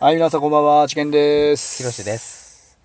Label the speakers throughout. Speaker 1: はい、皆さんこんばんは、ちけんです。
Speaker 2: ひろしで。す。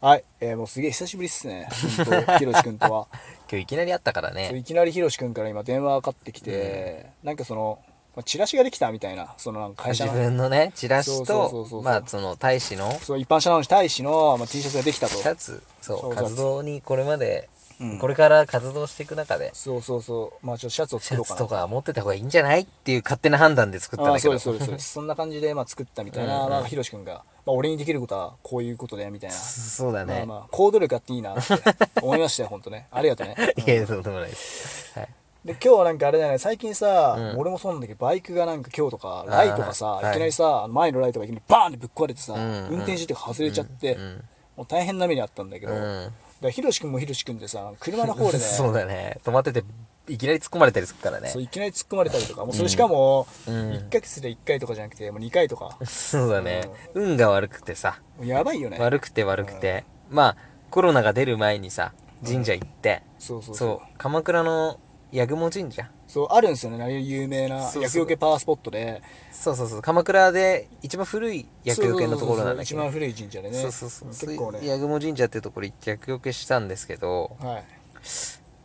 Speaker 1: はい、えーもうすげえ久しぶりっすね。本 当ひろしくんとは。
Speaker 2: 今日いきなり会ったから
Speaker 1: そうい
Speaker 2: ね。
Speaker 1: きなりひろしくんから今電話がかかってきて、なんかその、まあチラシができたみたいな、そのなんか会社
Speaker 2: 自
Speaker 1: の、
Speaker 2: 分のね、チラシ
Speaker 1: そうそうそうそ
Speaker 2: と
Speaker 1: う、
Speaker 2: まあ、その、大使の
Speaker 1: そう一般社なのに対しの、まあ、T シャツができたと。
Speaker 2: 二つ、そ、
Speaker 1: そうう
Speaker 2: 活動にこれまで
Speaker 1: うん、
Speaker 2: これから活動していく中で、
Speaker 1: そうそうそう、まあちょっとシャツを
Speaker 2: シ
Speaker 1: 作ろ
Speaker 2: ャ
Speaker 1: うか
Speaker 2: ツ
Speaker 1: な。
Speaker 2: とか持ってた方がいいんじゃないっていう勝手な判断で作ったん
Speaker 1: ああ
Speaker 2: だけ
Speaker 1: そう
Speaker 2: ど。
Speaker 1: ですそうですそう ですそんな感じで、まあ、作ったみたい
Speaker 2: うん
Speaker 1: な,、
Speaker 2: うん
Speaker 1: なんかひろしくんが、まあ、俺にできることはこういうことでみたいな、
Speaker 2: そうだ
Speaker 1: まあ
Speaker 2: ね
Speaker 1: ま。あ行動力あっていいなって思いましたよ本当ねありがとうね
Speaker 2: いや、そうでもないです。はい。
Speaker 1: で今日はなんかあれだよね最近さ、
Speaker 2: うん
Speaker 1: 俺もそうなんだけどバイクがなんか今日とかライトがさ
Speaker 2: あーはい
Speaker 1: いきなりさ、前のライトがいきなりバーンってぶっ壊れてさ、
Speaker 2: うんうん
Speaker 1: 運転手とか外れちゃって、
Speaker 2: うん
Speaker 1: もう大変な目にあったんだけど、
Speaker 2: う
Speaker 1: だか
Speaker 2: ん。
Speaker 1: らひろしくんもひろしくんでさ車の方でね
Speaker 2: そうだね。止まってて、いきなり突っ込まれたりするからね
Speaker 1: そ。ういきなり突っ込まれたりとかもうそれしかも
Speaker 2: うん
Speaker 1: 1ヶ月で1回とかじゃなくてもう2回とか
Speaker 2: そうだね。運が悪くてさ。
Speaker 1: もうやばいよね
Speaker 2: 悪くて悪くて、まあコロナが出る前にさ神社行って、
Speaker 1: そうそうそう
Speaker 2: そう鎌倉の八雲神社
Speaker 1: そうあるんですよね何有名な
Speaker 2: そうそう
Speaker 1: 薬除けパワースポットで
Speaker 2: そうそうそう鎌倉で一番古い薬除けのところなんだけ
Speaker 1: そうそうそうそう一番古
Speaker 2: ど
Speaker 1: い神社でね
Speaker 2: そうそうそう
Speaker 1: 結構ね
Speaker 2: 八雲神社っていうところ行って薬除けしたんですけど
Speaker 1: はい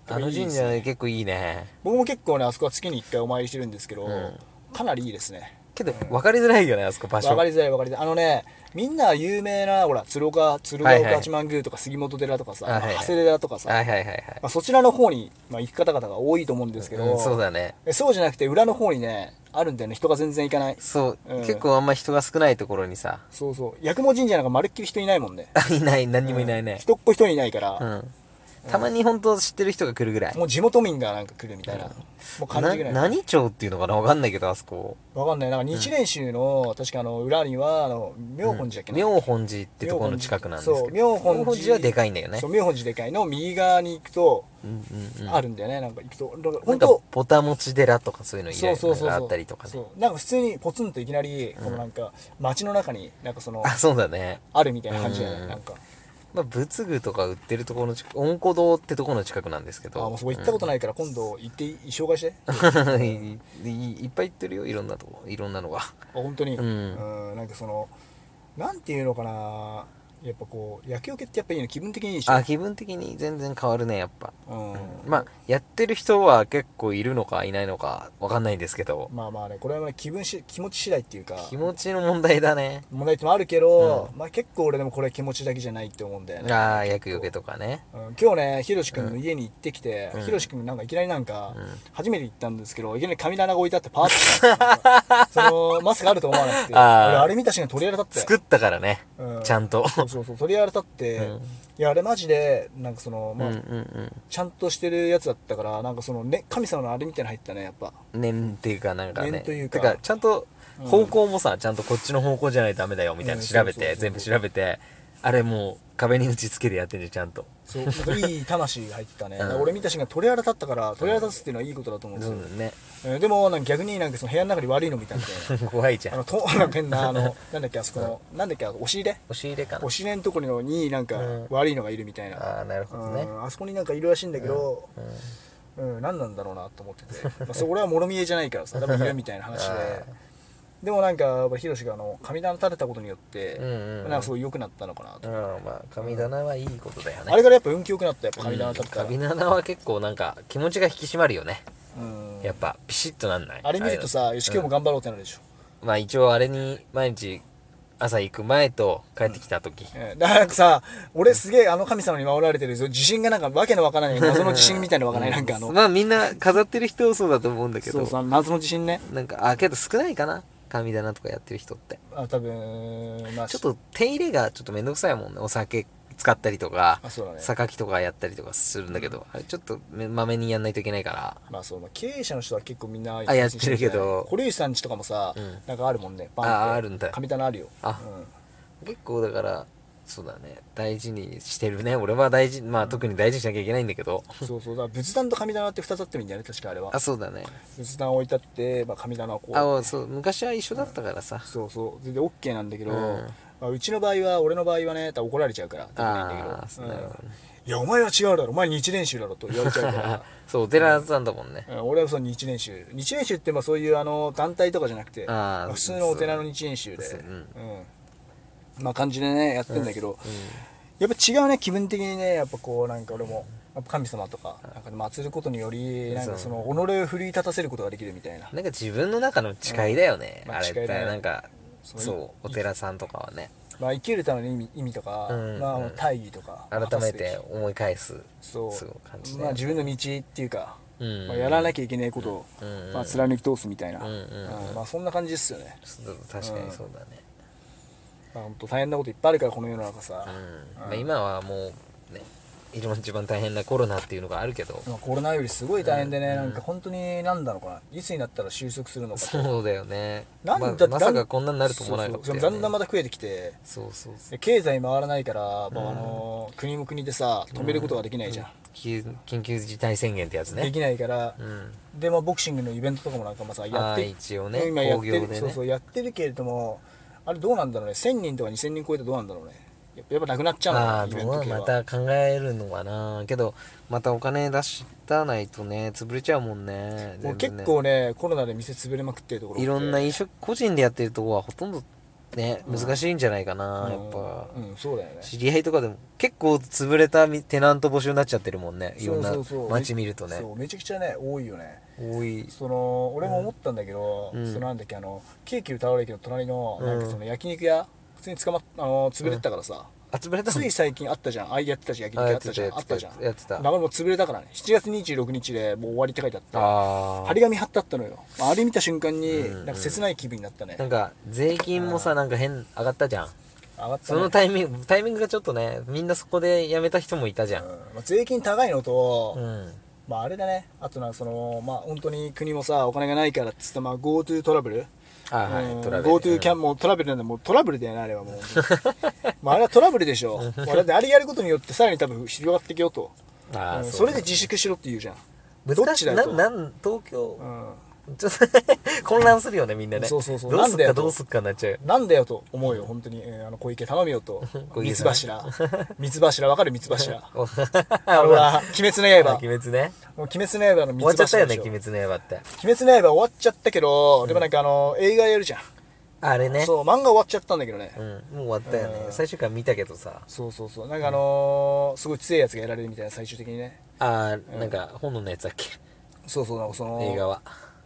Speaker 2: あの
Speaker 1: いい
Speaker 2: 神
Speaker 1: で
Speaker 2: 社
Speaker 1: すね
Speaker 2: ね結構いいね
Speaker 1: 僕も結構ねあそこは月に1回お参りしてるんですけど、
Speaker 2: ん
Speaker 1: かなりいいですね
Speaker 2: けど分かりづらいよねあそこ場所
Speaker 1: 分かりづらい分かりづらいあのねみんな有名なほら鶴岡鶴
Speaker 2: は
Speaker 1: 岡
Speaker 2: いはい
Speaker 1: 八幡宮とか杉本寺とかさ、
Speaker 2: あはいはい
Speaker 1: 長谷寺とかさ、
Speaker 2: はいはいはいはい、
Speaker 1: まあ、そちらの方に、まあ、行く方々が多いと思うんですけど、
Speaker 2: うん、そうだね
Speaker 1: えそうじゃなくて裏の方にねあるんだよね人が全然行かない
Speaker 2: そう、
Speaker 1: うん
Speaker 2: 結構あんま人が少ないところにさ
Speaker 1: そうそう八雲神社なんかまるっきり人いないもんね
Speaker 2: いない何にもいないね、
Speaker 1: 人っ子一人いないから、
Speaker 2: うんたまに本当知ってる人が来るぐらい
Speaker 1: もう地元民がなんか来るみたいな、
Speaker 2: うん
Speaker 1: もう感じぐらい
Speaker 2: な何町っていうのかなわかんないけどあそこ
Speaker 1: わかんないなんか日蓮宗の、確かあの裏にはあの妙本寺だっけな、
Speaker 2: 妙本寺ってところの近くなんですけど
Speaker 1: そう妙本寺
Speaker 2: はでかいんだよね
Speaker 1: そう妙本寺でかいの右側に行くと、
Speaker 2: うんうんうん
Speaker 1: あるんだよねなんか行くとだから
Speaker 2: なん
Speaker 1: 本
Speaker 2: か
Speaker 1: 当
Speaker 2: ぼたもち寺とかそういうのい
Speaker 1: そうそうそう
Speaker 2: があ
Speaker 1: そ
Speaker 2: っ
Speaker 1: う
Speaker 2: たりとかね
Speaker 1: そうなんか普通にポツンといきなりこのなんか街の中になんかその
Speaker 2: あそうだね
Speaker 1: あるみたいな感じだよ
Speaker 2: う
Speaker 1: ね
Speaker 2: ん
Speaker 1: なんか
Speaker 2: まあ仏具とか売ってるところの近く温古堂ってところの近くなんですけ
Speaker 1: あ
Speaker 2: ど
Speaker 1: もうそこ行ったことないから今度行ってい紹介 してあ
Speaker 2: うん いいいっぱい行ってるよいろんなとこいろんなのが
Speaker 1: 本当に
Speaker 2: う
Speaker 1: うんんなんかそのなんていうのかなやっぱこう野球系ってやっぱいいの気分的にいいでしょ
Speaker 2: あ気分的に全然変わるねやっぱ
Speaker 1: うん
Speaker 2: まあやってる人は結構いるのかいないのかわかんないんですけど
Speaker 1: まあまあねこれはね気分し気持ち次第っていうか
Speaker 2: 気持ちの問題だね
Speaker 1: 問題点もあるけど、まあ結構俺でもこれ気持ちだけじゃないって思うんだよね、
Speaker 2: ああ薬よけとかね
Speaker 1: うん今日ねひろしくんの家に行ってきて、
Speaker 2: うん
Speaker 1: ひろしくんなんかいきなりなんか、
Speaker 2: ん
Speaker 1: 初めて行ったんですけどいきなり神棚が置いてあってパーッてなんか そのまさかあると思わなくて
Speaker 2: あー
Speaker 1: 俺あれ見た瞬間鳥肌立って
Speaker 2: 作ったからね、
Speaker 1: うん
Speaker 2: ちゃんと
Speaker 1: そうそうそう鳥肌立って、
Speaker 2: うん
Speaker 1: いやあれマジでなんかそのまあ、
Speaker 2: うんうん
Speaker 1: ちゃんとしてるやつだったからなんかその、ね、神様のあれみたいなの入ったねやっぱ
Speaker 2: うん念っていうかなんかね
Speaker 1: 念というか
Speaker 2: てかちゃんと方向もさ、ちゃんとこっちの方向じゃないとダメだよみたいなの調べ
Speaker 1: うんそうそう
Speaker 2: て、
Speaker 1: そう
Speaker 2: 全部調べてあれもう壁に打ち付けてやってんじゃんちゃんと
Speaker 1: そうなんかいい魂が入ったね、
Speaker 2: うん
Speaker 1: だから俺見た瞬間鳥肌立ったから鳥肌立つっていうのはいいことだと思うんです
Speaker 2: そ
Speaker 1: よ、
Speaker 2: うだね
Speaker 1: えーでもなんか逆になんかその部屋の中に悪いのみたいで
Speaker 2: 怖いじ
Speaker 1: あ
Speaker 2: ゃん
Speaker 1: のと なんか変なあのなんだっけあそこのなんだっけあの押し入れ
Speaker 2: 押し入れかな
Speaker 1: 押し入れのところになんか
Speaker 2: うん
Speaker 1: 悪いのがいるみたいな、
Speaker 2: ああなるほどね
Speaker 1: うんあそこになんかいるらしいんだけど、
Speaker 2: うん
Speaker 1: うん何なんだろうなと思ってて、まあ、それ 俺はもろ見えじゃないからさ多分いるみたいな話
Speaker 2: あ
Speaker 1: ででもなんかやっぱヒロシがあの神棚立てたことによって、
Speaker 2: うんうんうん
Speaker 1: なんかすごい良くなったのかなと、
Speaker 2: うんまあ神棚はいいことだよね
Speaker 1: あれからやっぱ運気良くなったやっぱ神棚立てたら、
Speaker 2: 神棚は結構なんか気持ちが引き締まるよね、
Speaker 1: うん
Speaker 2: やっぱピシッとなんない
Speaker 1: あれ見るとさよし今日も頑張ろうってなるでしょ、
Speaker 2: まあ一応あれに毎日朝行く前と帰ってきた時、
Speaker 1: えーなんかさ、俺すげえあの神様に守られてるぞ自信がなんかわけのわからない謎の自信みたいなのわからないなんかあの
Speaker 2: まあみんな飾ってる人そうだと思うんだけ
Speaker 1: そ
Speaker 2: ど
Speaker 1: うそう謎の自信ね
Speaker 2: なんかあけど少ないかな神棚とかやってる人って
Speaker 1: あ多分まあ
Speaker 2: ちょっと手入れがちょっと面倒くさいもんねお酒使ったりとか
Speaker 1: あそうだね
Speaker 2: 榊とかやったりとかするんだけど、あれちょっとめまめにやんないといけないから
Speaker 1: まあそうまあ経営者の人は結構みんな
Speaker 2: あやってるけど
Speaker 1: 堀内さんちとかもさ、
Speaker 2: ん
Speaker 1: なんかあるもんねバンって
Speaker 2: ああるんだよ
Speaker 1: 神棚あるよ
Speaker 2: あ
Speaker 1: うん
Speaker 2: 結構だからそうだね大事にしてるね俺は大事まあ特に大事にしなきゃいけないんだけど、
Speaker 1: そうそうだから仏壇と神棚って2つあってるんだよね確かあれは
Speaker 2: あそうだね
Speaker 1: 仏壇置いてあって、まあ、神棚はこう
Speaker 2: あそう昔は一緒だったからさ、
Speaker 1: そうそう全然 OK なんだけど、
Speaker 2: う
Speaker 1: うんまあ、うちの場合は俺の場合はね多分怒られちゃうからできないんだけ
Speaker 2: あー
Speaker 1: ど
Speaker 2: そうだよね
Speaker 1: うん、いやお前は違うだろお前日練習だろと言われちゃう か
Speaker 2: そうお寺さんだもんね、
Speaker 1: らうん俺はその日練習日練習ってまあそういうあの団体とかじゃなくて
Speaker 2: あー
Speaker 1: ま普通のお寺の日練習で
Speaker 2: そう
Speaker 1: う
Speaker 2: うん
Speaker 1: んまあ、感じでねやってんだけど、
Speaker 2: う、
Speaker 1: やっぱ違うね気分的にねやっぱこうなんか俺もやっぱ神様とかなんかで祀ることによりなんかその己を奮い立たせることができるみたいなん
Speaker 2: なんか自分の中の誓いだよね、
Speaker 1: うんまあ
Speaker 2: あれっ
Speaker 1: 誓い
Speaker 2: て
Speaker 1: だね
Speaker 2: なんか
Speaker 1: そ
Speaker 2: そうう
Speaker 1: い
Speaker 2: お寺さんとかはね
Speaker 1: まあ生きるための意味意味とか、
Speaker 2: うん
Speaker 1: ま
Speaker 2: う
Speaker 1: あ
Speaker 2: ん
Speaker 1: 大義とか
Speaker 2: 改めて思い返す
Speaker 1: そう
Speaker 2: すごい感じだよね
Speaker 1: まあ自分の道っていうか、
Speaker 2: うん
Speaker 1: まあ、やらなきゃいけないことを、
Speaker 2: うんうん
Speaker 1: まあ、貫き通すみたいな、
Speaker 2: うんうんうん
Speaker 1: まあ、そんな感じですよね、
Speaker 2: そう確かにそうだね、
Speaker 1: まあ、本当大変なこといっぱいあるからこの世の中さ、
Speaker 2: うんまあ、今はもうね一番一番大変なコロナっていうのがあるけど
Speaker 1: まあ、コロナよりすごい大変でね、なんか本当に何なのかないつになったら収束するのかと
Speaker 2: そうだよね
Speaker 1: なん
Speaker 2: まあ
Speaker 1: だって
Speaker 2: まさかこんなになると思わなかった
Speaker 1: そう
Speaker 2: よ、ね、
Speaker 1: そうだんだんまた増えてきて
Speaker 2: そうそうそう
Speaker 1: で経済回らないから、まあ、あの国も国でさ止めることができないじゃん、
Speaker 2: 緊緊急事態宣言ってやつ
Speaker 1: で
Speaker 2: ね
Speaker 1: きないから、
Speaker 2: うん
Speaker 1: で、まあ、ボクシングのイベントとかもなんかまあさやっ
Speaker 2: あ
Speaker 1: て
Speaker 2: ー一応ね
Speaker 1: 今やってる、
Speaker 2: 興行でね
Speaker 1: そうそうやってるけれどもあれどうなんだろうね1000人とか2000人超えてどうなんだろうねやっぱやっぱなくなっちゃうの
Speaker 2: あ
Speaker 1: か
Speaker 2: あ
Speaker 1: なイベ
Speaker 2: ど
Speaker 1: ン
Speaker 2: う
Speaker 1: ト
Speaker 2: は
Speaker 1: 系
Speaker 2: ま
Speaker 1: は、
Speaker 2: た考えるのかなけどまたお金出したないとね潰れちゃうもんね
Speaker 1: もう
Speaker 2: 全部ね
Speaker 1: 結構ねコロナで店潰れまくってるところ多く
Speaker 2: い
Speaker 1: て
Speaker 2: ろんな飲食個人でやってるとこはほとんどね難しいんじゃないかな、やっぱ、
Speaker 1: うん、うんそうだよね
Speaker 2: 知り合いとかでも結構潰れたみテナント募集になっちゃってるもんねいろんな
Speaker 1: そうそうそう
Speaker 2: 街見るとね
Speaker 1: そうめちゃくちゃね多いよね
Speaker 2: 多い
Speaker 1: その俺も思ったんだけど、
Speaker 2: うん
Speaker 1: そのなんだっけあの京急タワー駅の隣の
Speaker 2: うん
Speaker 1: なんかその焼肉屋普通に捕まっあの潰れてたからさ、
Speaker 2: あ潰れた
Speaker 1: つい最近あったじゃんあやってたじゃん焼肉
Speaker 2: あ
Speaker 1: 屋あっ
Speaker 2: やって
Speaker 1: た
Speaker 2: た
Speaker 1: じゃ
Speaker 2: や
Speaker 1: んあ
Speaker 2: っ
Speaker 1: った
Speaker 2: て
Speaker 1: じ
Speaker 2: た
Speaker 1: ゃん
Speaker 2: やってた
Speaker 1: だからもう潰れたからね7月26日でもう終わりって書いてあって
Speaker 2: あ
Speaker 1: 張り
Speaker 2: ー
Speaker 1: 紙貼ってあったのよまああれ見た瞬間に
Speaker 2: うん
Speaker 1: な
Speaker 2: う
Speaker 1: ん
Speaker 2: ん
Speaker 1: か切ない気分になったね
Speaker 2: なんか税金もさなんか変上がったじゃん
Speaker 1: 上がった
Speaker 2: そ
Speaker 1: ね
Speaker 2: のタイミングタイミングがちょっとねみんなそこで辞めた人もいたじゃ
Speaker 1: うん
Speaker 2: ん
Speaker 1: まあ税金高いのと、
Speaker 2: うん
Speaker 1: まああれだねあとなんかそのまあ本当に国もさお金がないからっつってまあ GoTo トラブル
Speaker 2: あは
Speaker 1: う
Speaker 2: い
Speaker 1: ん
Speaker 2: トラベル
Speaker 1: GoTo キャンもうトラベルなんだもうトラブルだよねあれはもうまああれはトラブルでしょまあだってあれやることによってさらに多分広がっていけよと
Speaker 2: うんあ
Speaker 1: う
Speaker 2: ー
Speaker 1: ん
Speaker 2: う
Speaker 1: それで自粛しろって言うじゃんどっ
Speaker 2: 難し
Speaker 1: ち
Speaker 2: い
Speaker 1: だ
Speaker 2: な
Speaker 1: よと
Speaker 2: なん東京
Speaker 1: うん
Speaker 2: ちょっと 混乱するよねみんなね
Speaker 1: そうそうそう
Speaker 2: どう
Speaker 1: なん
Speaker 2: すっ
Speaker 1: だよ
Speaker 2: か
Speaker 1: と
Speaker 2: どうすっかになっち ゃう、
Speaker 1: なんだよと思うよ、本当に、えーあの小池頼むよと
Speaker 2: 小
Speaker 1: 三
Speaker 2: 池
Speaker 1: つ
Speaker 2: さん
Speaker 1: 柱、三つ柱、わかる三つ柱、
Speaker 2: お
Speaker 1: あのほら、鬼滅の
Speaker 2: あ
Speaker 1: 刃、
Speaker 2: 鬼滅ね
Speaker 1: もう鬼滅の刃の
Speaker 2: 終わ
Speaker 1: 三
Speaker 2: っ
Speaker 1: つ
Speaker 2: ちゃ
Speaker 1: 柱
Speaker 2: った
Speaker 1: で
Speaker 2: よね
Speaker 1: しょ
Speaker 2: 鬼滅の刃って
Speaker 1: 鬼滅の刃終わっちゃったけど、でもなんかあの映画やるじゃん、
Speaker 2: あれね
Speaker 1: そう漫画終わっちゃったんだけどね、
Speaker 2: うん、もう終わったよね、
Speaker 1: うん
Speaker 2: 最終回見たけどさ
Speaker 1: そうそうそうなんかあのーすごい強いやつがやられるみたいな最終的にね
Speaker 2: あー、なんか本能のやつだっけ
Speaker 1: そうそうなんかその
Speaker 2: 映画は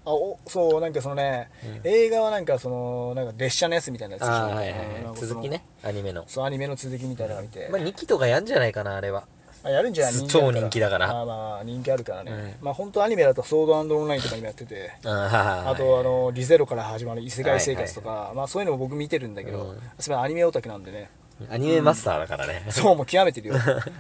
Speaker 1: あおそうなんかそのね、映画はなんかそのなんか列車のやつみたいなやつでしょ
Speaker 2: ああーはいは
Speaker 1: うん
Speaker 2: い
Speaker 1: な
Speaker 2: は
Speaker 1: ん
Speaker 2: い
Speaker 1: かその
Speaker 2: 続きねアニメの
Speaker 1: そうアニメの続きみたいなの見て、
Speaker 2: まあ2期とかやんじゃないかなあれは
Speaker 1: あやるんじゃない
Speaker 2: す
Speaker 1: あるから
Speaker 2: 超人気だから
Speaker 1: まあまあ人気あるからね、まあ本当アニメだと「ソードアンドオンライン」とか今やってて
Speaker 2: あーはいはい
Speaker 1: あとあの「リゼロから始まる異世界生活」とか、まあそういうのも僕見てるんだけど、
Speaker 2: うん
Speaker 1: それはアニメオタクなんでね
Speaker 2: アニメマスターだからね、
Speaker 1: そうもう極めて るよ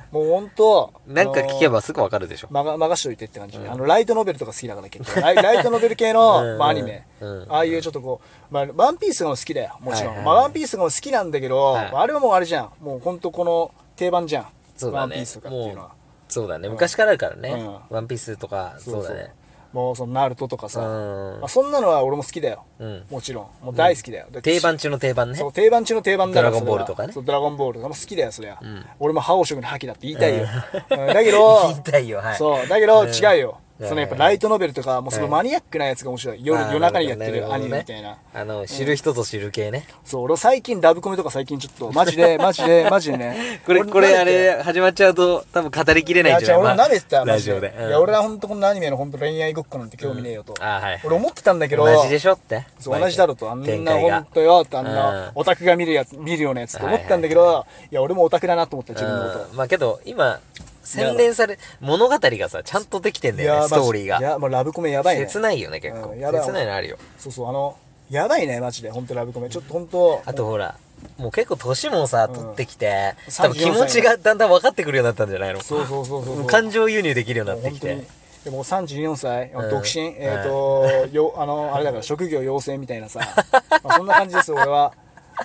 Speaker 1: もう本当
Speaker 2: なんか聞け
Speaker 1: ば
Speaker 2: ばすぐわかるでしょ
Speaker 1: 任任しといてって感じ、あのライトノベルとか好きだから 結構ライライトノベル系の、
Speaker 2: うん
Speaker 1: まあ、アニメ、
Speaker 2: うん
Speaker 1: ああいうちょっとこう、まあ、ワンピースも好きだよもちろん、
Speaker 2: はいはい
Speaker 1: まあ、ワンピースも好きなんだけど、
Speaker 2: はい
Speaker 1: まああれはもうあれじゃんもう本当この定番じゃん、
Speaker 2: そう
Speaker 1: ワ
Speaker 2: だ
Speaker 1: ンピ
Speaker 2: ね
Speaker 1: ースとかってい
Speaker 2: も
Speaker 1: うの
Speaker 2: う
Speaker 1: は
Speaker 2: そうだね昔からあるからね、
Speaker 1: うん
Speaker 2: ワンピースとかそうだね
Speaker 1: もうそのナルトとかさ、
Speaker 2: うん
Speaker 1: まあ、そんなのは俺も好きだよ、
Speaker 2: うん
Speaker 1: もちろんもう大好きだよ、だって
Speaker 2: 定番中の定番ね
Speaker 1: そう定番中の定番だから
Speaker 2: ドラゴンボール
Speaker 1: それは
Speaker 2: とかね
Speaker 1: そうドラゴンボールとかも好きだよそりゃ、
Speaker 2: ん
Speaker 1: 俺も覇王色の覇気だって言いたいよ、うんだけど
Speaker 2: 言いたいよはい
Speaker 1: そうだけど
Speaker 2: うん
Speaker 1: 違うよ、
Speaker 2: うん
Speaker 1: そのやっぱライトノベルとかもうその
Speaker 2: うん
Speaker 1: マニアックなやつが面白い夜
Speaker 2: あー
Speaker 1: 夜中にやって
Speaker 2: なる
Speaker 1: る
Speaker 2: ほ
Speaker 1: ア
Speaker 2: どね
Speaker 1: ニメみたいな
Speaker 2: あの知る人ぞ知る系ね、
Speaker 1: そう俺最近ラブコメとか最近ちょっとマジでマジでマジでね
Speaker 2: これ
Speaker 1: 俺
Speaker 2: これ
Speaker 1: な
Speaker 2: あ
Speaker 1: んだっけ
Speaker 2: れ始まっちゃうと多分語りきれ
Speaker 1: い
Speaker 2: ない
Speaker 1: や
Speaker 2: んじ
Speaker 1: じゃ
Speaker 2: ゃ
Speaker 1: あ
Speaker 2: な
Speaker 1: 俺
Speaker 2: い
Speaker 1: も慣れてた
Speaker 2: まあ
Speaker 1: マ
Speaker 2: ラ
Speaker 1: ジ
Speaker 2: ジ
Speaker 1: で
Speaker 2: オで、うん
Speaker 1: いや俺は本当こんなアニメの本当恋愛ごっこなんて興味ねえよと、
Speaker 2: あーはい
Speaker 1: 俺思ってたんだけど
Speaker 2: 同じでしょって
Speaker 1: そう同じだろうとあん
Speaker 2: 展
Speaker 1: な
Speaker 2: 開が
Speaker 1: 本当よってあんな
Speaker 2: う
Speaker 1: オタクが見るやつ見るようなやつと思ったんだけど、いや俺もオタクだなと思った自分のこ
Speaker 2: うんまあけど今洗練され物語がさちゃんとできてん
Speaker 1: と
Speaker 2: だ
Speaker 1: いや
Speaker 2: よ
Speaker 1: マ
Speaker 2: ねス
Speaker 1: ジ
Speaker 2: トーリー
Speaker 1: い
Speaker 2: が
Speaker 1: やもうラブコメやばいね
Speaker 2: 切ないよね結構
Speaker 1: うん
Speaker 2: 切
Speaker 1: やばい
Speaker 2: ないのあるよ
Speaker 1: そうそうあのやばいねマジで本当ラブコメちょっと本当
Speaker 2: あとほらもう結構年もさ取ってきて
Speaker 1: 34
Speaker 2: 多分気持ちがだんだん分かってくるようになったんじゃないの
Speaker 1: そうそうそうそう
Speaker 2: も
Speaker 1: そうう
Speaker 2: 感情輸入できるようにな
Speaker 1: もう
Speaker 2: って
Speaker 1: 本当に
Speaker 2: きて
Speaker 1: でも34歳、
Speaker 2: うん
Speaker 1: 独身、えっ、と、よ、あの、あれだから、職業養成みたいな さ、まあそんな感じです、俺は。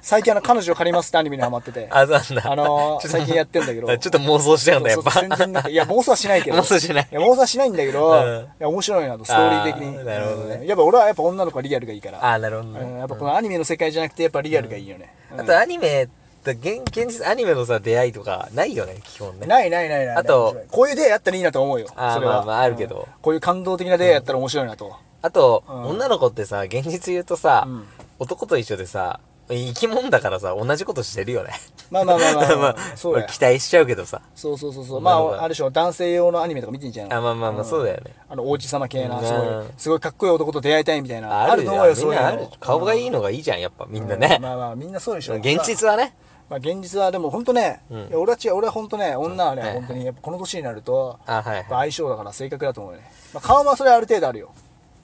Speaker 1: 最近、あの、彼女を借りますってアニメにハマってて、
Speaker 2: あそうなんだ
Speaker 1: あのー
Speaker 2: ちょと
Speaker 1: 最近やってんだけど
Speaker 2: あ ちょっと妄想しちゃうんだや
Speaker 1: そ
Speaker 2: っ
Speaker 1: うそう全然なん
Speaker 2: ぱ
Speaker 1: かいや、妄想はしないけど。
Speaker 2: 妄想しない
Speaker 1: や、妄想はしないんだけど、
Speaker 2: うん
Speaker 1: いや、面白いなと、ストーリー的に
Speaker 2: あ。ーなるほどね
Speaker 1: うんやっぱ俺はやっぱ女の子はリアルがいいから。
Speaker 2: あーなるほどね
Speaker 1: うんやっぱこのアニメの世界じゃなくて、やっぱリアルがいいよね。うん
Speaker 2: あとアニメって現現実アニメのさ出会いとかないよね基本ね
Speaker 1: ないないないない。
Speaker 2: あと
Speaker 1: 面白い、こういう出会いあったらいいなと思うよ。
Speaker 2: あー
Speaker 1: それは
Speaker 2: まあまああるけど
Speaker 1: うんこういう感動的な出会いあったら面白いなと。
Speaker 2: あと、
Speaker 1: うん
Speaker 2: 女の子ってさ現実言うとさ、
Speaker 1: うん
Speaker 2: 男と一緒でさ生き物だからさ、同じことしてるよね。
Speaker 1: まあまあまあまあまあ
Speaker 2: まあ、
Speaker 1: そうだよ
Speaker 2: 期待しちゃうけどさ。
Speaker 1: そうそうそうそう。
Speaker 2: な
Speaker 1: ま
Speaker 2: るほど
Speaker 1: あ、ある種男性用のアニメとか見てんじゃん。
Speaker 2: あまあまあまあ
Speaker 1: ん
Speaker 2: そうだよね。
Speaker 1: あの、王子様系な、
Speaker 2: うん
Speaker 1: すごい、すごいかっこいい男と出会いたいみたいな。
Speaker 2: あると
Speaker 1: と
Speaker 2: 思
Speaker 1: 思うよ、
Speaker 2: うよ、みん
Speaker 1: そういう
Speaker 2: な
Speaker 1: の。
Speaker 2: ある。顔がいいのがいいじゃん、やっぱみんな
Speaker 1: うま
Speaker 2: ね。
Speaker 1: あまあ、みんなそうでしょ。
Speaker 2: 現実はね。
Speaker 1: まあ、現実は、でも本当ね、
Speaker 2: うん
Speaker 1: いや俺は違う、俺は本当ね、女はね、
Speaker 2: はい
Speaker 1: 本当に、やっぱこの年になると、
Speaker 2: あ、はい
Speaker 1: やっぱ
Speaker 2: はい。
Speaker 1: 相性だから性格だと思うよね。まあ、顔はそれある程度あるよ。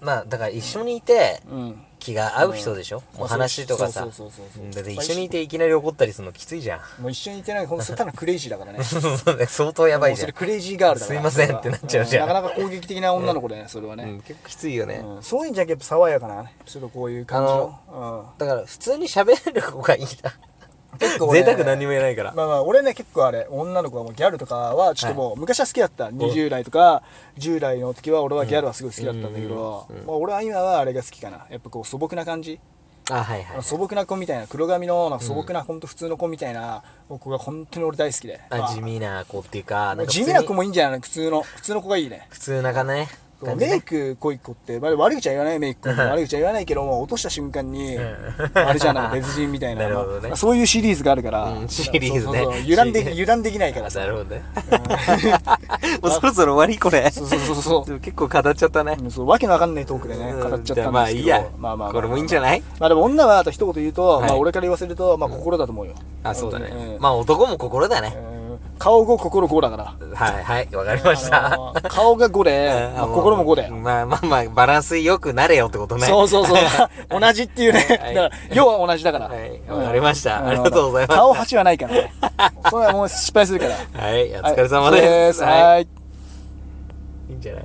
Speaker 2: まあ、だから一緒にいて、
Speaker 1: うん。
Speaker 2: 気が合う人でしょ
Speaker 1: うん
Speaker 2: もう話とかさ
Speaker 1: そうそうそうそうそう
Speaker 2: だって一緒にいていきなり怒ったりするのきついじゃん
Speaker 1: もう一緒にいてない、ほんと、ただのクレイジーだからね。
Speaker 2: そうね相当やば
Speaker 1: も
Speaker 2: いうじ
Speaker 1: そ
Speaker 2: ゃ
Speaker 1: れ
Speaker 2: ん
Speaker 1: クレイジーガールだから
Speaker 2: すいませんってなっちゃうじゃん
Speaker 1: なかなか攻撃的な女の子だよね、それはね。
Speaker 2: うん結構きついよね
Speaker 1: うんそういうんじゃなくてやっぱ爽やかなねちょっとこういう感じの、
Speaker 2: だから普通に喋る子がいい
Speaker 1: うん、結
Speaker 2: な
Speaker 1: ね
Speaker 2: 贅沢何にも言えないから
Speaker 1: まあまあ俺ね結構あれ女の子はもうギャルとかはちょっともう昔は好きだった、20代とか10代の時は俺はギャルはすごい好きだったんだけど、まあ、俺は今はあれが好きかなやっぱこう素朴な感じ
Speaker 2: あはいはい
Speaker 1: 素朴な子みたいな黒髪のなんか素朴なほんと普通の子みたいな子が本当に俺大好きでま
Speaker 2: あ
Speaker 1: あ
Speaker 2: 地味な子っていうかなんか
Speaker 1: 地味な子
Speaker 2: も
Speaker 1: もいいんじゃない普通の普通の子がいいね
Speaker 2: 普通なかね感じ
Speaker 1: メイ
Speaker 2: ね
Speaker 1: ク濃い子って、まあ、悪口は言わないメイク悪口は言わないけども落とした瞬間に、あれじゃない別人みたいな
Speaker 2: なるほどね
Speaker 1: まあそういうシリーズがあるから、
Speaker 2: うんシリーズね
Speaker 1: そうそうそう油断でき油断できないから
Speaker 2: あ
Speaker 1: さ
Speaker 2: なるほどねもうそろそろ終わりこれ
Speaker 1: そうそうそうそう
Speaker 2: でも結構語っちゃったね
Speaker 1: うん そうわけのわかんないトークでね
Speaker 2: うん
Speaker 1: 語っちゃったんですけど
Speaker 2: まあいい
Speaker 1: ま
Speaker 2: や
Speaker 1: あまあまあ
Speaker 2: これもいいんじゃない
Speaker 1: まあでも女はあと一言言うと、
Speaker 2: はい
Speaker 1: まあ俺から言わせるとまあ心だと思うよ、
Speaker 2: あそうだ
Speaker 1: 本当に
Speaker 2: ね
Speaker 1: うん
Speaker 2: まあ男も心だ
Speaker 1: う
Speaker 2: ね
Speaker 1: ん顔5心5だから
Speaker 2: はいはいわかりました
Speaker 1: あの ー顔が5で、まあ、心も5で、
Speaker 2: まあまあまあ、バランスよくなれよってことね。
Speaker 1: そう そうそう同じっていうねだか
Speaker 2: はい
Speaker 1: ら要は同じだから、
Speaker 2: はい、わかりました。
Speaker 1: うん
Speaker 2: ありがとうございます。
Speaker 1: 顔8はないからね。それはもう失敗するから。
Speaker 2: はい、お疲れ様です。
Speaker 1: はい。
Speaker 2: い。いいんじゃない